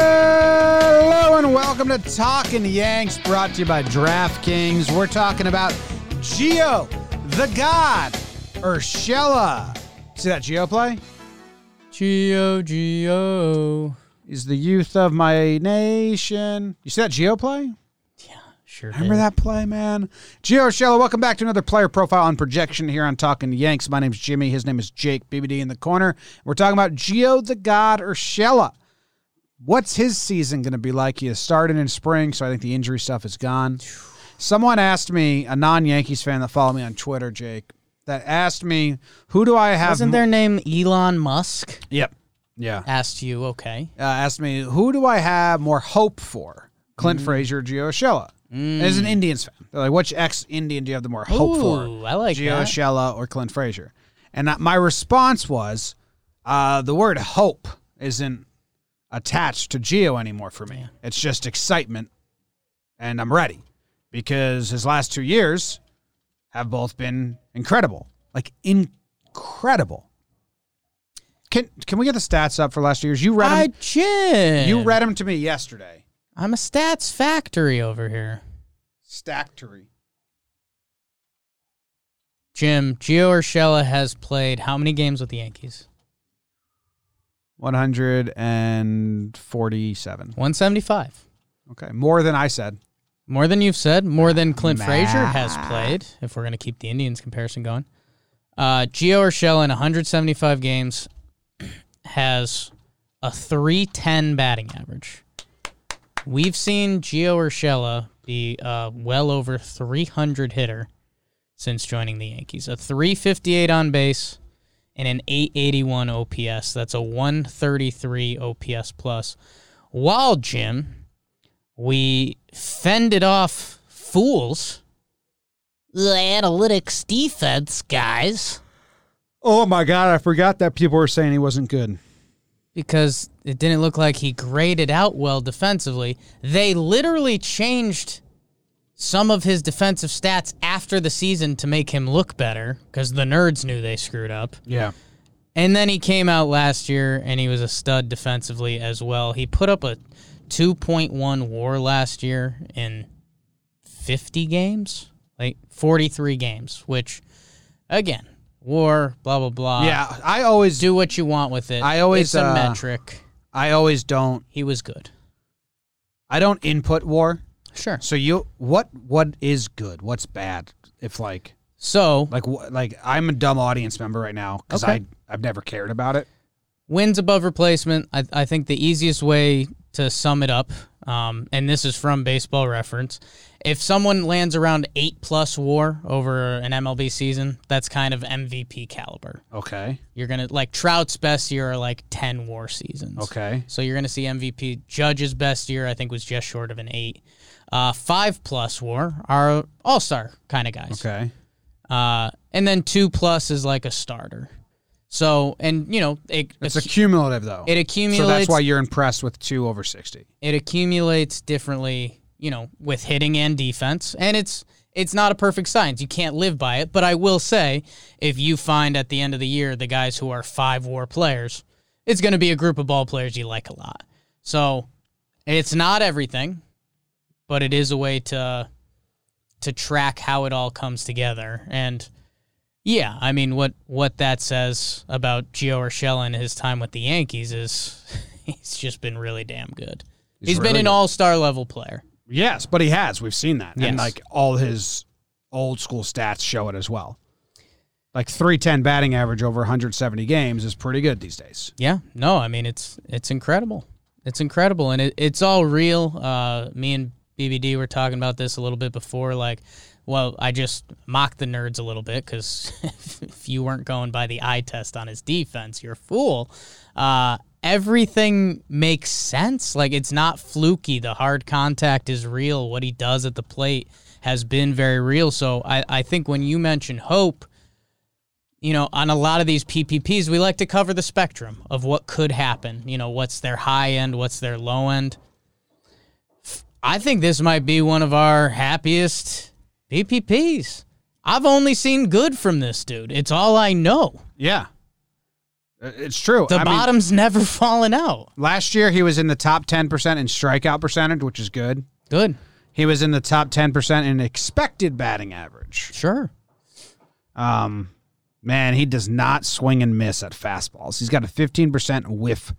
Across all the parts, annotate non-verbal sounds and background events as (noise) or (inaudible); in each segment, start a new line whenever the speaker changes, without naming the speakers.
Hello and welcome to Talking Yanks, brought to you by DraftKings. We're talking about Geo, the God, Urshela. See that Geo play?
Geo, Geo.
Is the youth of my nation. You see that Geo play?
Sure.
Remember that play, man? Gio Urshela, welcome back to another player profile and projection here on Talking Yanks. My name's Jimmy. His name is Jake BBD in the corner. We're talking about Gio the God Urshela. What's his season going to be like? He has started in spring, so I think the injury stuff is gone. Someone asked me, a non Yankees fan that followed me on Twitter, Jake, that asked me, who do I have?
Wasn't
mo-
their name Elon Musk?
Yep. Yeah.
Asked you, okay.
uh, asked me, "Who do I have more hope for,
Mm.
Clint Frazier, or Gio Urshela?" As an Indians fan, they're like, "Which ex-Indian do you have the more hope
Ooh,
for,
I like
Gio
that.
Urshela or Clint Frazier?" And uh, my response was, uh, "The word hope isn't attached to Gio anymore for me. It's just excitement, and I'm ready because his last two years have both been incredible, like incredible." Can, can we get the stats up for last year's? You read 'em.
I did.
You read them to me yesterday.
I'm a stats factory over here.
Stactory.
Jim, Gio Urshela has played how many games with the Yankees?
147.
175.
Okay. More than I said.
More than you've said, more than Clint
Math.
Frazier has played, if we're going to keep the Indians comparison going. Uh, Gio Urshela in 175 games has a 310 batting average. We've seen Gio Urshela be uh, well over 300 hitter since joining the Yankees. A 358 on base and an 881 OPS. That's a 133 OPS plus. While Jim we fended off fools. The analytics defense guys.
Oh my God. I forgot that people were saying he wasn't good.
Because it didn't look like he graded out well defensively. They literally changed some of his defensive stats after the season to make him look better because the nerds knew they screwed up.
Yeah.
And then he came out last year and he was a stud defensively as well. He put up a 2.1 war last year in 50 games, like 43 games, which, again, war, blah, blah, blah.
yeah. I always do.
Do what you want with it.
I always,
It's a
uh,
metric.
I always don't.
He was good.
I don't input war.
Sure.
So you, what, what is good? What's bad? If like,
So,
like, wh- like I'm a dumb audience member right now because
Okay.
I, I've never cared about it.
wins above replacement. I, I think the easiest way to sum it up, um, and this is from Baseball Reference, if someone lands around eight plus WAR over an MLB season, that's kind of MVP caliber.
Okay.
You're gonna like Trout's best year are like ten WAR seasons.
Okay.
So you're gonna see MVP Judge's best year I think was just short of an eight. Uh, five plus WAR are all star kind of guys.
Okay.
Uh, and then two plus is like a starter. So and you know it,
It's accumulative though.
it accumulates.
So that's why you're impressed with two over 60.
it accumulates differently, you know, with hitting and defense. And it's it's not a perfect science. You can't live by it, but I will say if you find at the end of the year the guys who are five war players, it's going to be a group of ball players you like a lot. So, it's not everything, but it is a way to to track how it all comes together and yeah, I mean what what that says about Gio Urshela and his time with the Yankees is (laughs) he's just been really damn good. he's been
really
an
good.
all-star level player.
Yes, but he has. We've seen that.
Yes.
And like all his old school stats show it as well. Like 310 batting average over 170 games is pretty good these days.
Yeah. No, I mean it's it's incredible. It's incredible, and it, it's all real. Uh, me and BBD were talking about this a little bit before. Like, well, I just mocked the nerds a little bit because (laughs) if you weren't going by the eye test on his defense, you're a fool. Uh, everything makes sense. Like, it's not fluky. The hard contact is real. What he does at the plate has been very real. So I, I think when you mention hope, you know, on a lot of these PPPs, we like to cover the spectrum of what could happen. You know, what's their high end, what's their low end. I think this might be one of our happiest PPPs. I've only seen good from this dude. It's all I know.
Yeah. Uh, It's true.
The
I mean,
bottom's (laughs) never fallen out.
last year he was in the top 10% in strikeout percentage, which is good.
Good.
He was in the top 10% in expected batting average.
Sure.
Um, man, he does not swing and miss at fastballs. He's got a 15% whiff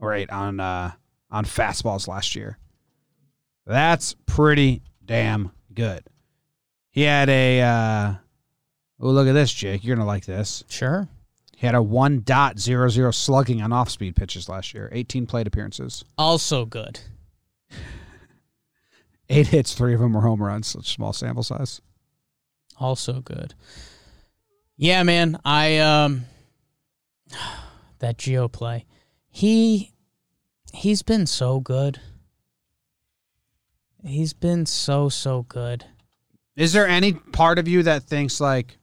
rate on uh, on fastballs last year. That's pretty damn good. He had a uh, oh look at this, Jake. You're gonna like this.
Sure.
He had a one dot zero zero slugging on off speed pitches last year. 18 plate appearances,
Also good.
eight hits, three of them were home runs. Such small sample size.
Also good. Yeah, man. I um (sighs) that geo play. He he's been so good. He's been so so good.
Is there any part of you that thinks like,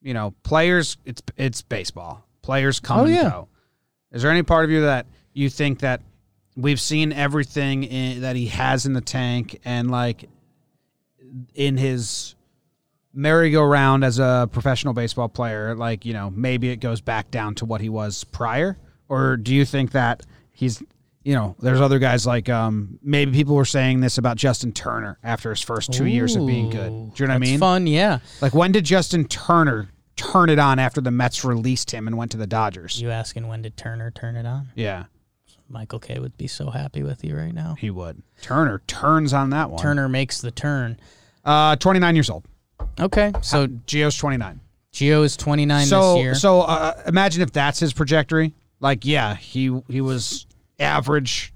you know, players? It's it's baseball. Players come
Oh,
and
yeah.
go. Is there any part of you that you think that we've seen everything in, that he has in the tank and like in his merry-go-round as a professional baseball player? Like, you know, maybe it goes back down to what he was prior, or do you think that he's you know, there's other guys like um, maybe people were saying this about Justin Turner after his first two years of being good. Do
Ooh,
you know what I
that's
mean?
Fun, yeah.
Like when did Justin Turner turn it on after the Mets released him and went to the Dodgers?
You asking when did Turner turn it on?
Yeah,
Michael K would be so happy with you right now.
he would. Turner turns on that one.
Turner makes the turn.
Uh, 29 years old.
Okay, so
Gio's 29.
Gio is 29
so
this year.
so uh, imagine if that's his trajectory. Like yeah, he he was average,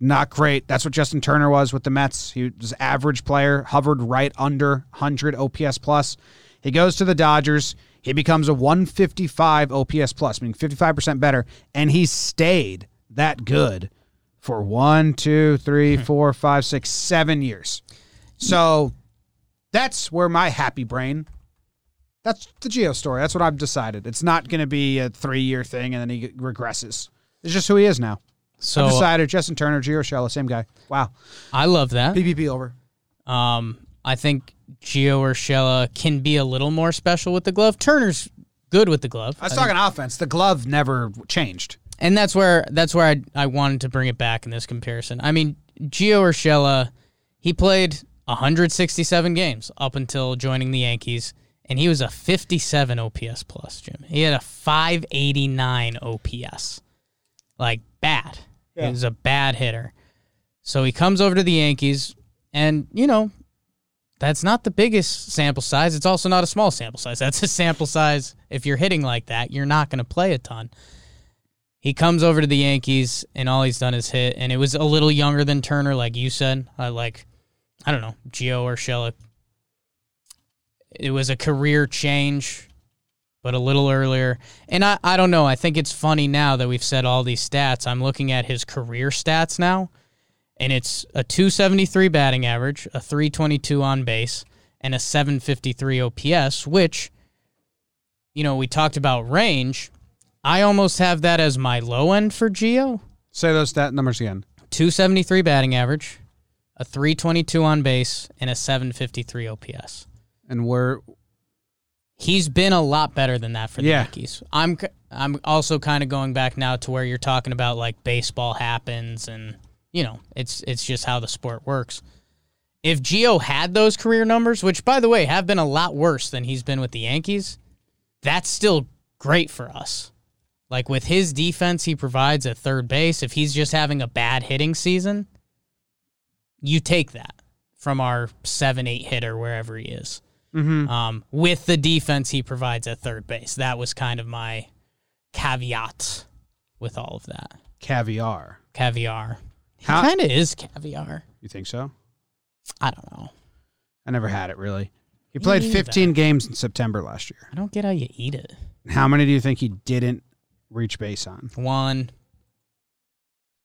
not great. That's what Justin Turner was with the Mets. He was average player, hovered right under 100 OPS plus. He goes to the Dodgers. He becomes a 155 OPS plus, meaning 55% better, and he stayed that good for one, two,
Hmm.
three, four, five, six, seven years. So that's where my happy brain. That's the Geo story. That's what I've decided. It's not going to be a three-year thing, and then he regresses. It's just who he is now.
so
I've decided Justin Turner, Gio Shella, same guy. Wow.
I love that.
PvP over.
Um, I think Gio Urshela can be a little more special with the glove. Turner's good with the glove,
I was
I think-
talking offense. The glove never changed.
and that's where that's where I I wanted to bring it back in this comparison. I mean, Gio Urshela, he played 167 games up until joining the Yankees, and he was a 57 OPS plus. Jim, he had a 589 OPS, like bad. He was a bad hitter. So he comes over to the Yankees, and you know, that's not the biggest sample size. It's also not a small sample size. That's a sample size. If you're hitting like that, you're not going to play a ton. He comes over to the Yankees, and all he's done is hit. And it was a little younger than Turner, like you said. I like, I don't know, Gio or Shella. It was a career change, but a little earlier. And I, I don't know. I think it's funny now that we've said all these stats. I'm looking at his career stats now and it's a 273 batting average, a 322 on base, and a 753 OPS, which, you know, we talked about range. I almost have that as my low end for Geo.
Say those stat numbers again.
273 batting average, a 322 on base, and a 753 OPS.
And we're
He's been a lot better than that for the
Yeah.
Yankees. I'm c- I'm also kind of going back now to where you're talking about like baseball happens and you know, it's it's just how the sport works. If Gio had those career numbers, which by the way have been a lot worse than he's been with the Yankees, that's still great for us. Like with his defense he provides at third base, if he's just having a bad hitting season, you take that from our 7-8 hitter wherever he is
mm-hmm.
um, with the defense he provides at third base. That was kind of my caveat with all of that.
Caviar.
Caviar. He
How-
kind of is caviar.
You think so?
I don't know.
I never had it really. He played
neither.
15 games in September last year.
I don't get how you eat it.
How many do you think he didn't reach base on?
One.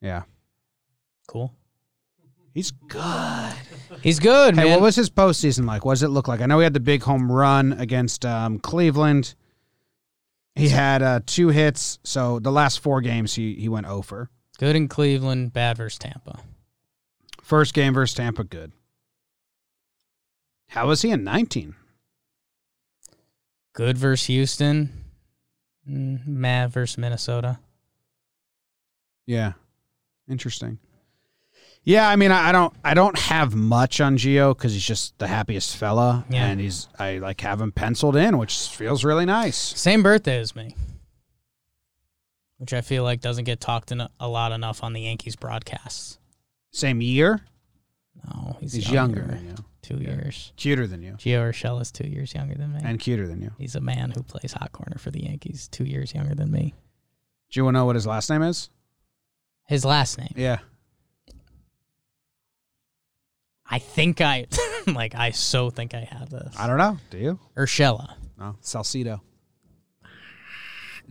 Yeah.
Cool.
He's good.
He's good,
Hey,
man.
what was his postseason like? What does it look like? I know he had the big home run against um, Cleveland. He had uh, two hits. So the last four games, he, he went oh over.
good in Cleveland, bad versus Tampa.
First game versus Tampa, good. How was he in 19?
Good versus Houston. Mm, Mad versus Minnesota.
Yeah. Interesting. Yeah, I mean, I, I don't, I don't have much on Gio because he's just the happiest fella,
Yeah.
and he's, I like have him penciled in, which feels really nice.
Same birthday as me, which I feel like doesn't get talked en- a lot enough on the Yankees broadcasts.
Same year,
No, he's,
he's younger, than you,
Two years.
cuter than you,
Gio Urshela is two years younger than me.
and cuter than you.
he's a man who plays hot corner for the Yankees. Two years younger than me.
Do you want to know what his last name is?
His last name.
Yeah,
I think I (laughs) like. I so think I have this.
I don't know. Do you?
Urshela.
No, Salcido.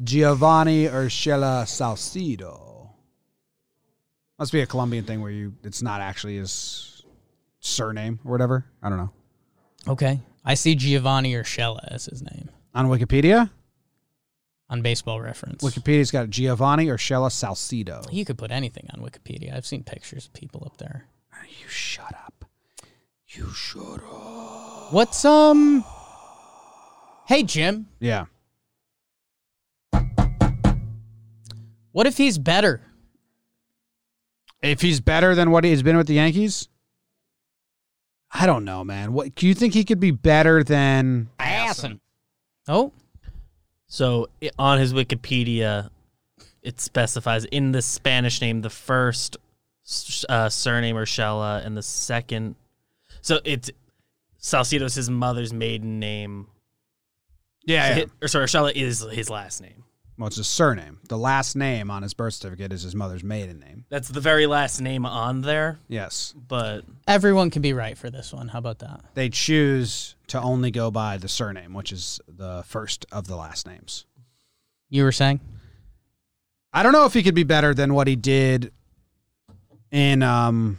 Giovanni Urshela Salcido. Must be a Colombian thing where you it's not actually his surname or whatever. I don't know.
Okay. I see Giovanni Urshela as his name
On Wikipedia,
on Baseball Reference.
Wikipedia's got Giovanni Urshela Salcido.
you could put anything on Wikipedia. I've seen pictures of people up there.
You shut up. You shut up.
What's um? Hey Jim,
Yeah.
what if he's better?
If he's better than what he's been with the Yankees, I don't know, man. What do you think he could be better than?
Assing. Oh,
So i- on his Wikipedia, it specifies in the Spanish name the first s- uh, surname Urshela and the second. So it's Salcido's his mother's maiden name.
Yeah,
Hi- or sorry, Urshela is his last name.
Well, it's his surname. The last name on his birth certificate is his mother's maiden name.
That's the very last name on there,
Yes.
but
everyone can be right for this one. How about that?
They choose to only go by the surname, which is the first of the last names.
You were saying? (laughs)
I don't know if he could be better than what he did in um,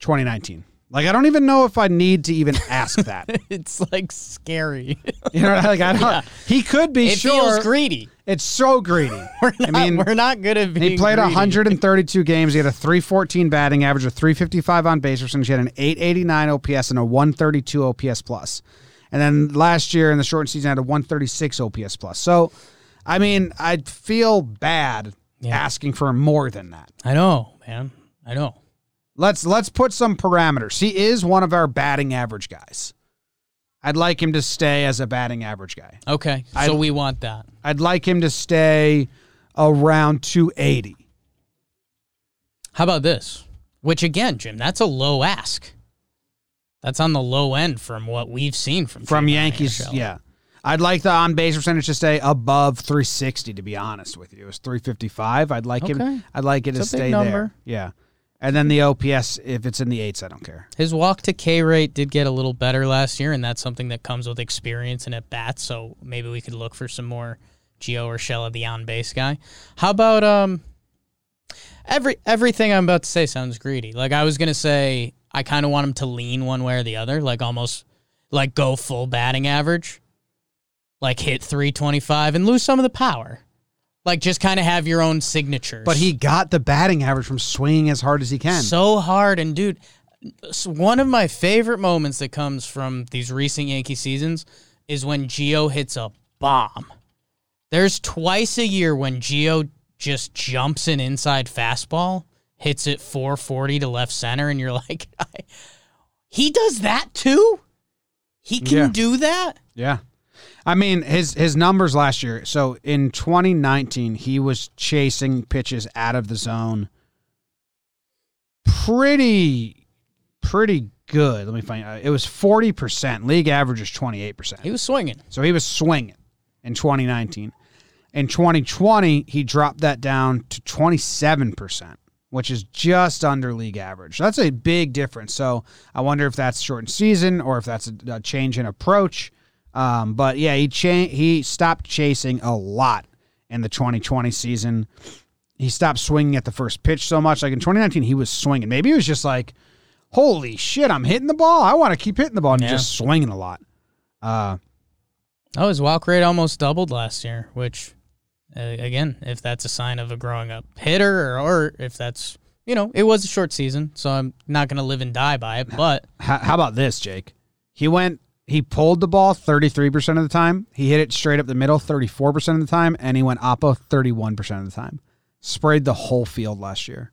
2019. Like, I don't even know if I need to even ask that. (laughs)
It's like scary. (laughs)
you know, like I don't. He could be
it
sure.
feels greedy.
it's so greedy.
(laughs) We're not,
I mean,
we're not good at being.
He played
greedy.
132 games. He had a 314 batting average, a 355 on base percentage. He had an 889 OPS and a 132 OPS plus. And then last year in the short season, had a 136 OPS plus. So, I mean, I feel bad
Yeah.
asking for more than that.
I know, man. I know.
Let's let's put some parameters. He is one of our batting average guys. I'd like him to stay as a batting average guy.
Okay, so we want that.
I'd like him to stay around 280.
How about this? Which again, Jim, that's a low ask. That's on the low end from what we've seen from
from
Giovanni
Yankees.
Urshela.
Yeah. I'd like the on base percentage to stay above 360. To be honest with you, it was 355. I'd like
Okay.
him. I'd like it
It's
to
a big
stay
number.
there. Yeah, and then the OPS if it's in the eights, I don't care.
His walk to K rate did get a little better last year, and that's something that comes with experience and at bats. So maybe we could look for some more Gio or Shella, the on base guy. How about um? Every everything I'm about to say sounds greedy. Like I was gonna say, I kind of want him to lean one way or the other, like almost like go full batting average, like hit 325 and lose some of the power, like just kind of have your own signatures.
But he got the batting average from swinging as hard as he can.
so hard. And dude, s- one of my favorite moments that comes from these recent Yankee seasons is when Gio hits a bomb. There's twice a year when Gio just jumps an inside fastball, hits it 440 to left center, and you're (laughs) like, I, he does that too. He can
Yeah.
do that.
yeah, I mean his his numbers last year. So in 2019, he was chasing pitches out of the zone. Pretty, pretty good. Let me find. uh, It was 40 percent. League average is 28 percent.
He was swinging.
So he was swinging in 2019. In 2020, he dropped that down to 27%, which is just under league average. That's a big difference. So I wonder if that's shortened season or if that's a, a change in approach. Um, but yeah, he cha- he stopped chasing a lot in the 2020 season. He stopped swinging at the first pitch so much. Like in 2019, he was swinging. Maybe he was just like, "Holy shit, I'm hitting the ball. I want to keep hitting the ball and
Yeah.
just swinging a lot." Uh,
Oh, his walk rate almost doubled last year, which, uh, again, if that's a sign of a growing up hitter or, or if that's, you know, it was a short season, so I'm not going to live and die by it, but
how, how about this, Jake? He went, he pulled the ball 33% of the time. He hit it straight up the middle 34% of the time. And he went oppo 31% of the time. Sprayed the whole field last year.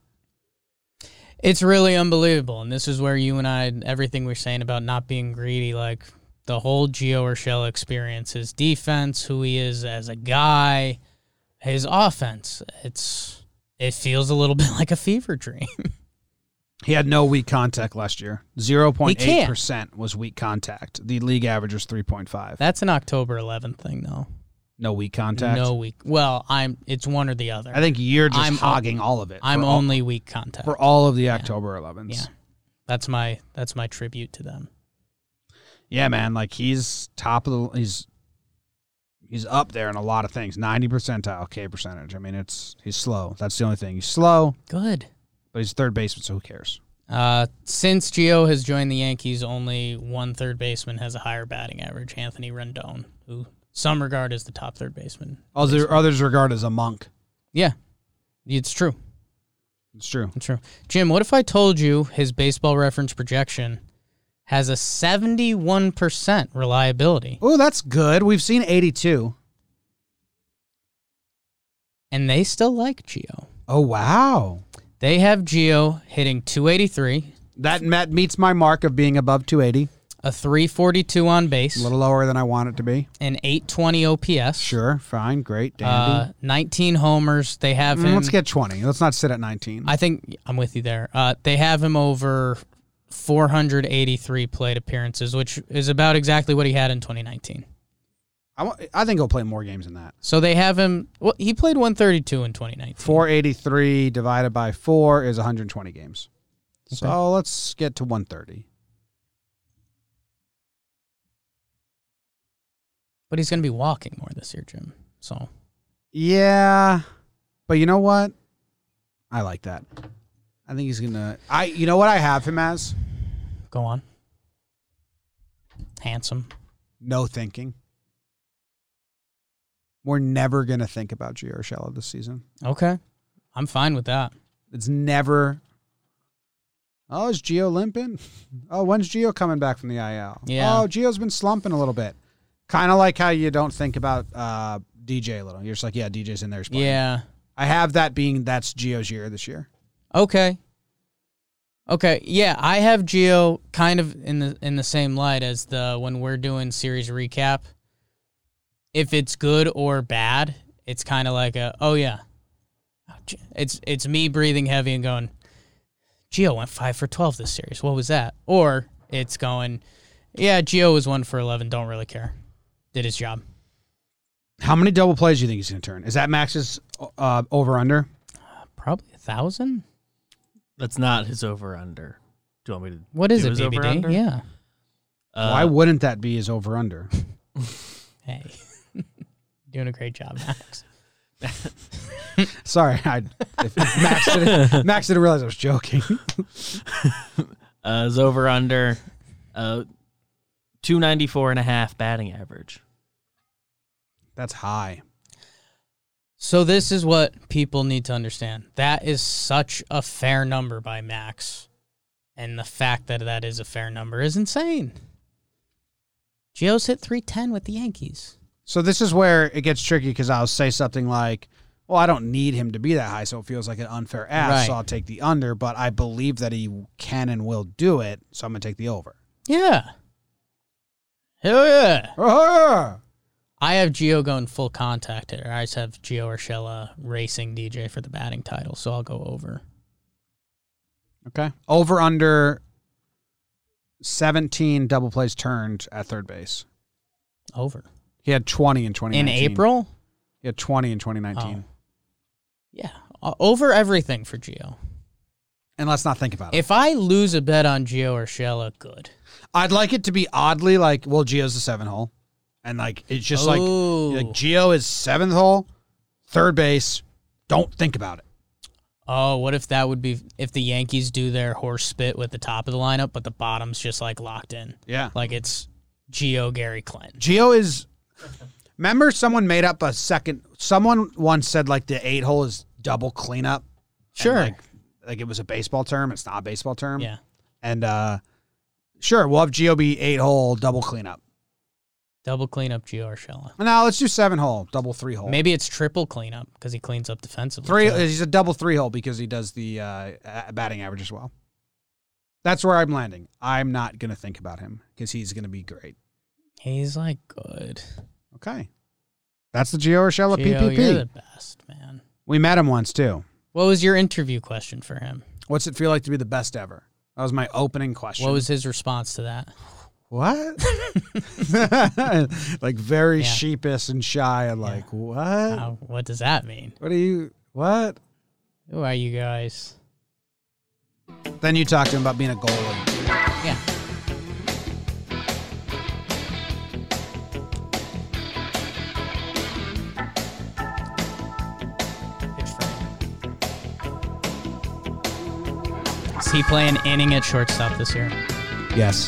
it's really unbelievable. And this is where you and I, everything we're saying about not being greedy, like the whole Gio Urshela experience, his defense, who he is as a guy, his offense, it's, it feels a little (laughs) bit like a fever dream. (laughs)
He had no weak contact last year.
can't.
0.8% was weak contact. The league average was 3.5.
that's an October 11th thing, though.
No weak contact.
No weak. Well, I'm. It's one or the other.
I think you're just
I'm-
hogging all of it.
I'm
for all-
only weak contact.
for all of the October 11s.
Yeah. That's my that's my tribute to them.
yeah, man, like he's top of the he's he's up there in a lot of things. 90 percentile K percentage. I mean, it's he's slow. That's the only thing. He's slow,
Good.
but he's third baseman, so who cares?
Uh, since Gio has joined the Yankees, only one third baseman has a higher batting average, Anthony Rendon, who some regard as the top third baseman.
Other, others regard as a monk.
Yeah. It's true.
It's true.
It's true. Jim, what if I told you his baseball reference projection has a 71% reliability
Oh, that's good. We've seen 82.
and they still like Gio?
Oh, wow.
They have Gio hitting 283,
That met, meets my mark of being above 280,
a 342 on
a
base,
little lower than I want it to be.
an 820 OPS.
Sure, fine, great, dandy.
Uh, 19 homers. They have
Mm,
him.
Let's get 20. Let's not sit at 19.
I think I'm with you there. Uh, they have him over 483 plate appearances, which is about exactly what he had in 2019.
I, wa- I think he'll play more games than that.
So they have him. Well, he played 132 in 2019.
483 divided by 4 is 120 games.
Okay.
So let's get to 130.
But he's going to be walking more this year, Jim. So
Yeah, but you know what? I like that. I think he's gonna. I you know what I have him as?
go on. Handsome.
No thinking. We're never gonna think about Gio Urshela this season.
Okay. I'm fine with that.
It's never. Oh, is Gio limping? (laughs) Oh, when's Gio coming back from the IL?
Yeah.
Oh, Gio's been slumping a little bit. Kind of like how you don't think about uh, DJ a little. You're just like, yeah, DJ's in there. he's playing.
Yeah.
I have that being that's Gio's year this year.
Okay. Okay. Yeah, I have Geo kind of in the in the same light as the when we're doing series recap. If it's good or bad, it's kind of like a oh yeah, Oh, G- it's it's me breathing heavy and going. Geo went five for twelve this series. What was that? Or it's going, yeah, Geo was one for eleven. Don't really care. Did his job.
How many double plays do you think he's going to turn? Is that Max's uh, over under?
Probably a thousand.
That's not his over under. Do you want me to?
What is
do
it,
his over under?
BBD? Yeah.
Uh,
Why wouldn't that be his over under?
Hey, (laughs) doing a great job, Max.
(laughs) Sorry, I if
(laughs)
Max, didn't, Max didn't realize I was joking. (laughs)
uh, his over under, uh, two ninety four and a half batting average.
That's high.
So this is what people need to understand. That is such a fair number by Max, and the fact that that is a fair number is insane. Gio's hit 310 with the Yankees.
So this is where it gets tricky because I'll say something like, "Well, I don't need him to be that high, so it feels like an unfair ask.
Right.
So I'll take the under, but I believe that he can and will do it, so I'm going to take the over."
Yeah. Hell yeah.
Ah!
I have Gio going full contact here. I just have Gio Urshela racing DJ for the batting title, so I'll go over.
Okay, over under. 17 double plays turned at third base.
Over.
He had 20 in 2019.
In April? Oh.
He had 20 in 2019.
Yeah, o- over everything for Gio.
And let's not think about it.
If I lose a bet on Gio or Shella, good.
I'd like it to be oddly like, well, Geo's the seven hole. And like, it's just like,
Ooh.
like Geo is seventh hole, third base. Don't think about it.
Oh, what if that would be if the Yankees do their horse spit with the top of the lineup, but the bottom's just like locked in,
Yeah.
like it's Geo Gary Clinton.
Geo is. Remember, someone made up a second. Someone once said like the eight hole is double cleanup. and,
Sure.
like, like it was a baseball term. It's not a baseball term.
yeah.
And uh, sure, we'll have Geo be eight hole double cleanup.
Double cleanup Gio or Shella.
No, let's do seven hole double three hole.
Maybe it's triple cleanup because he cleans up defensively.
Three. uh,
too.
He's a double three hole because he does the uh, a- batting average as well. That's where I'm landing. I'm not gonna think about him because he's gonna be great.
He's like good.
Okay, that's the Gio Urshela
Gio, you're the
PPP.
best man.
We met him once too.
What was your interview question for him?
What's it feel like to be the best ever? That was my opening question.
What was his response to that?
what? (laughs) like very
Yeah.
sheepish and shy and like what?
How, what does that mean?
What are you? What?
Who are you guys?
Then you talk to him about being a goalie.
Yeah. Good for him. Is he playing inning at shortstop this year?
Yes.